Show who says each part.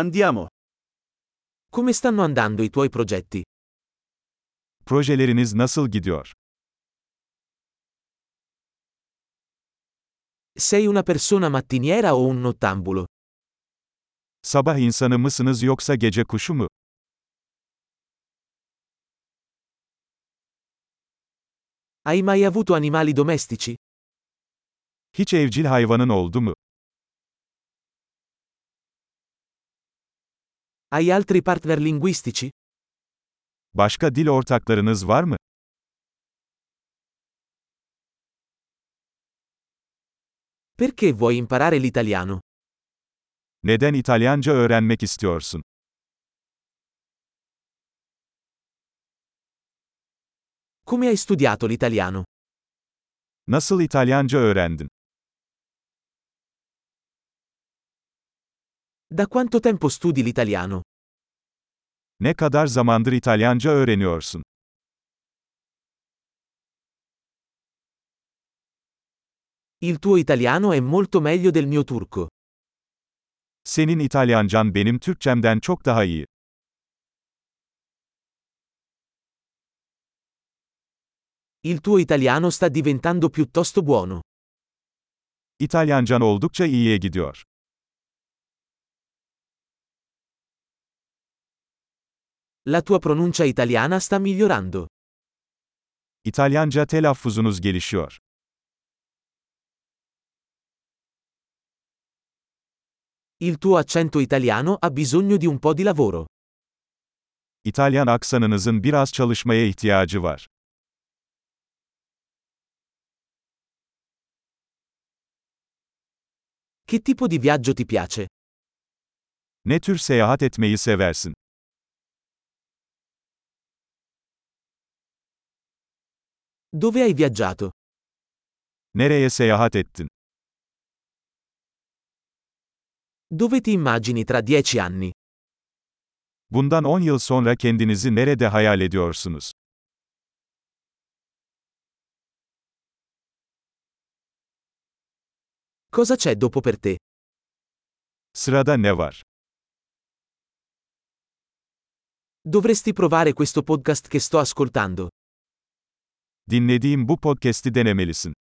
Speaker 1: Andiamo.
Speaker 2: Come stanno andando i tuoi progetti?
Speaker 3: Projeleriniz nasıl gidiyor?
Speaker 2: Sei una persona mattiniera o un nottambulo?
Speaker 3: Sabah insanı mısınız yoksa gece kuşu mu?
Speaker 2: Hai mai avuto animali domestici?
Speaker 3: Hiç evcil hayvanın oldu mu?
Speaker 2: Hai altri partner linguistici?
Speaker 3: Başka dil ortaklarınız var mı?
Speaker 2: Perché vuoi imparare l'italiano?
Speaker 3: Neden İtalyanca öğrenmek istiyorsun?
Speaker 2: Come hai studiato l'italiano?
Speaker 3: Nasıl İtalyanca öğrendin?
Speaker 2: Da quanto tempo studi l'italiano?
Speaker 3: Ne kadar zamandır İtalyanca öğreniyorsun?
Speaker 2: Il tuo italiano è molto meglio del mio turco.
Speaker 3: Senin İtalyancan benim Türkçemden çok daha iyi.
Speaker 2: Il tuo italiano sta diventando piuttosto buono.
Speaker 3: İtalyancan oldukça iyiye gidiyor.
Speaker 2: La tua pronuncia italiana sta migliorando.
Speaker 3: İtalyanca telaffuzunuz gelişiyor.
Speaker 2: Il tuo accento italiano ha bisogno di un po' di lavoro.
Speaker 3: İtalyan aksanınızın biraz çalışmaya ihtiyacı var.
Speaker 2: Che tipo di viaggio ti piace?
Speaker 3: Ne tür seyahat etmeyi seversin?
Speaker 2: Dove hai viaggiato?
Speaker 3: Nereye seyahat ettin?
Speaker 2: Dove ti immagini tra dieci anni?
Speaker 3: Bundan 10 yıl sonra kendinizi nerede hayal ediyorsunuz?
Speaker 2: Cosa c'è dopo per te?
Speaker 3: Sırada ne var?
Speaker 2: Dovresti provare questo podcast che sto ascoltando.
Speaker 3: Dinlediğim bu podcast'i denemelisin.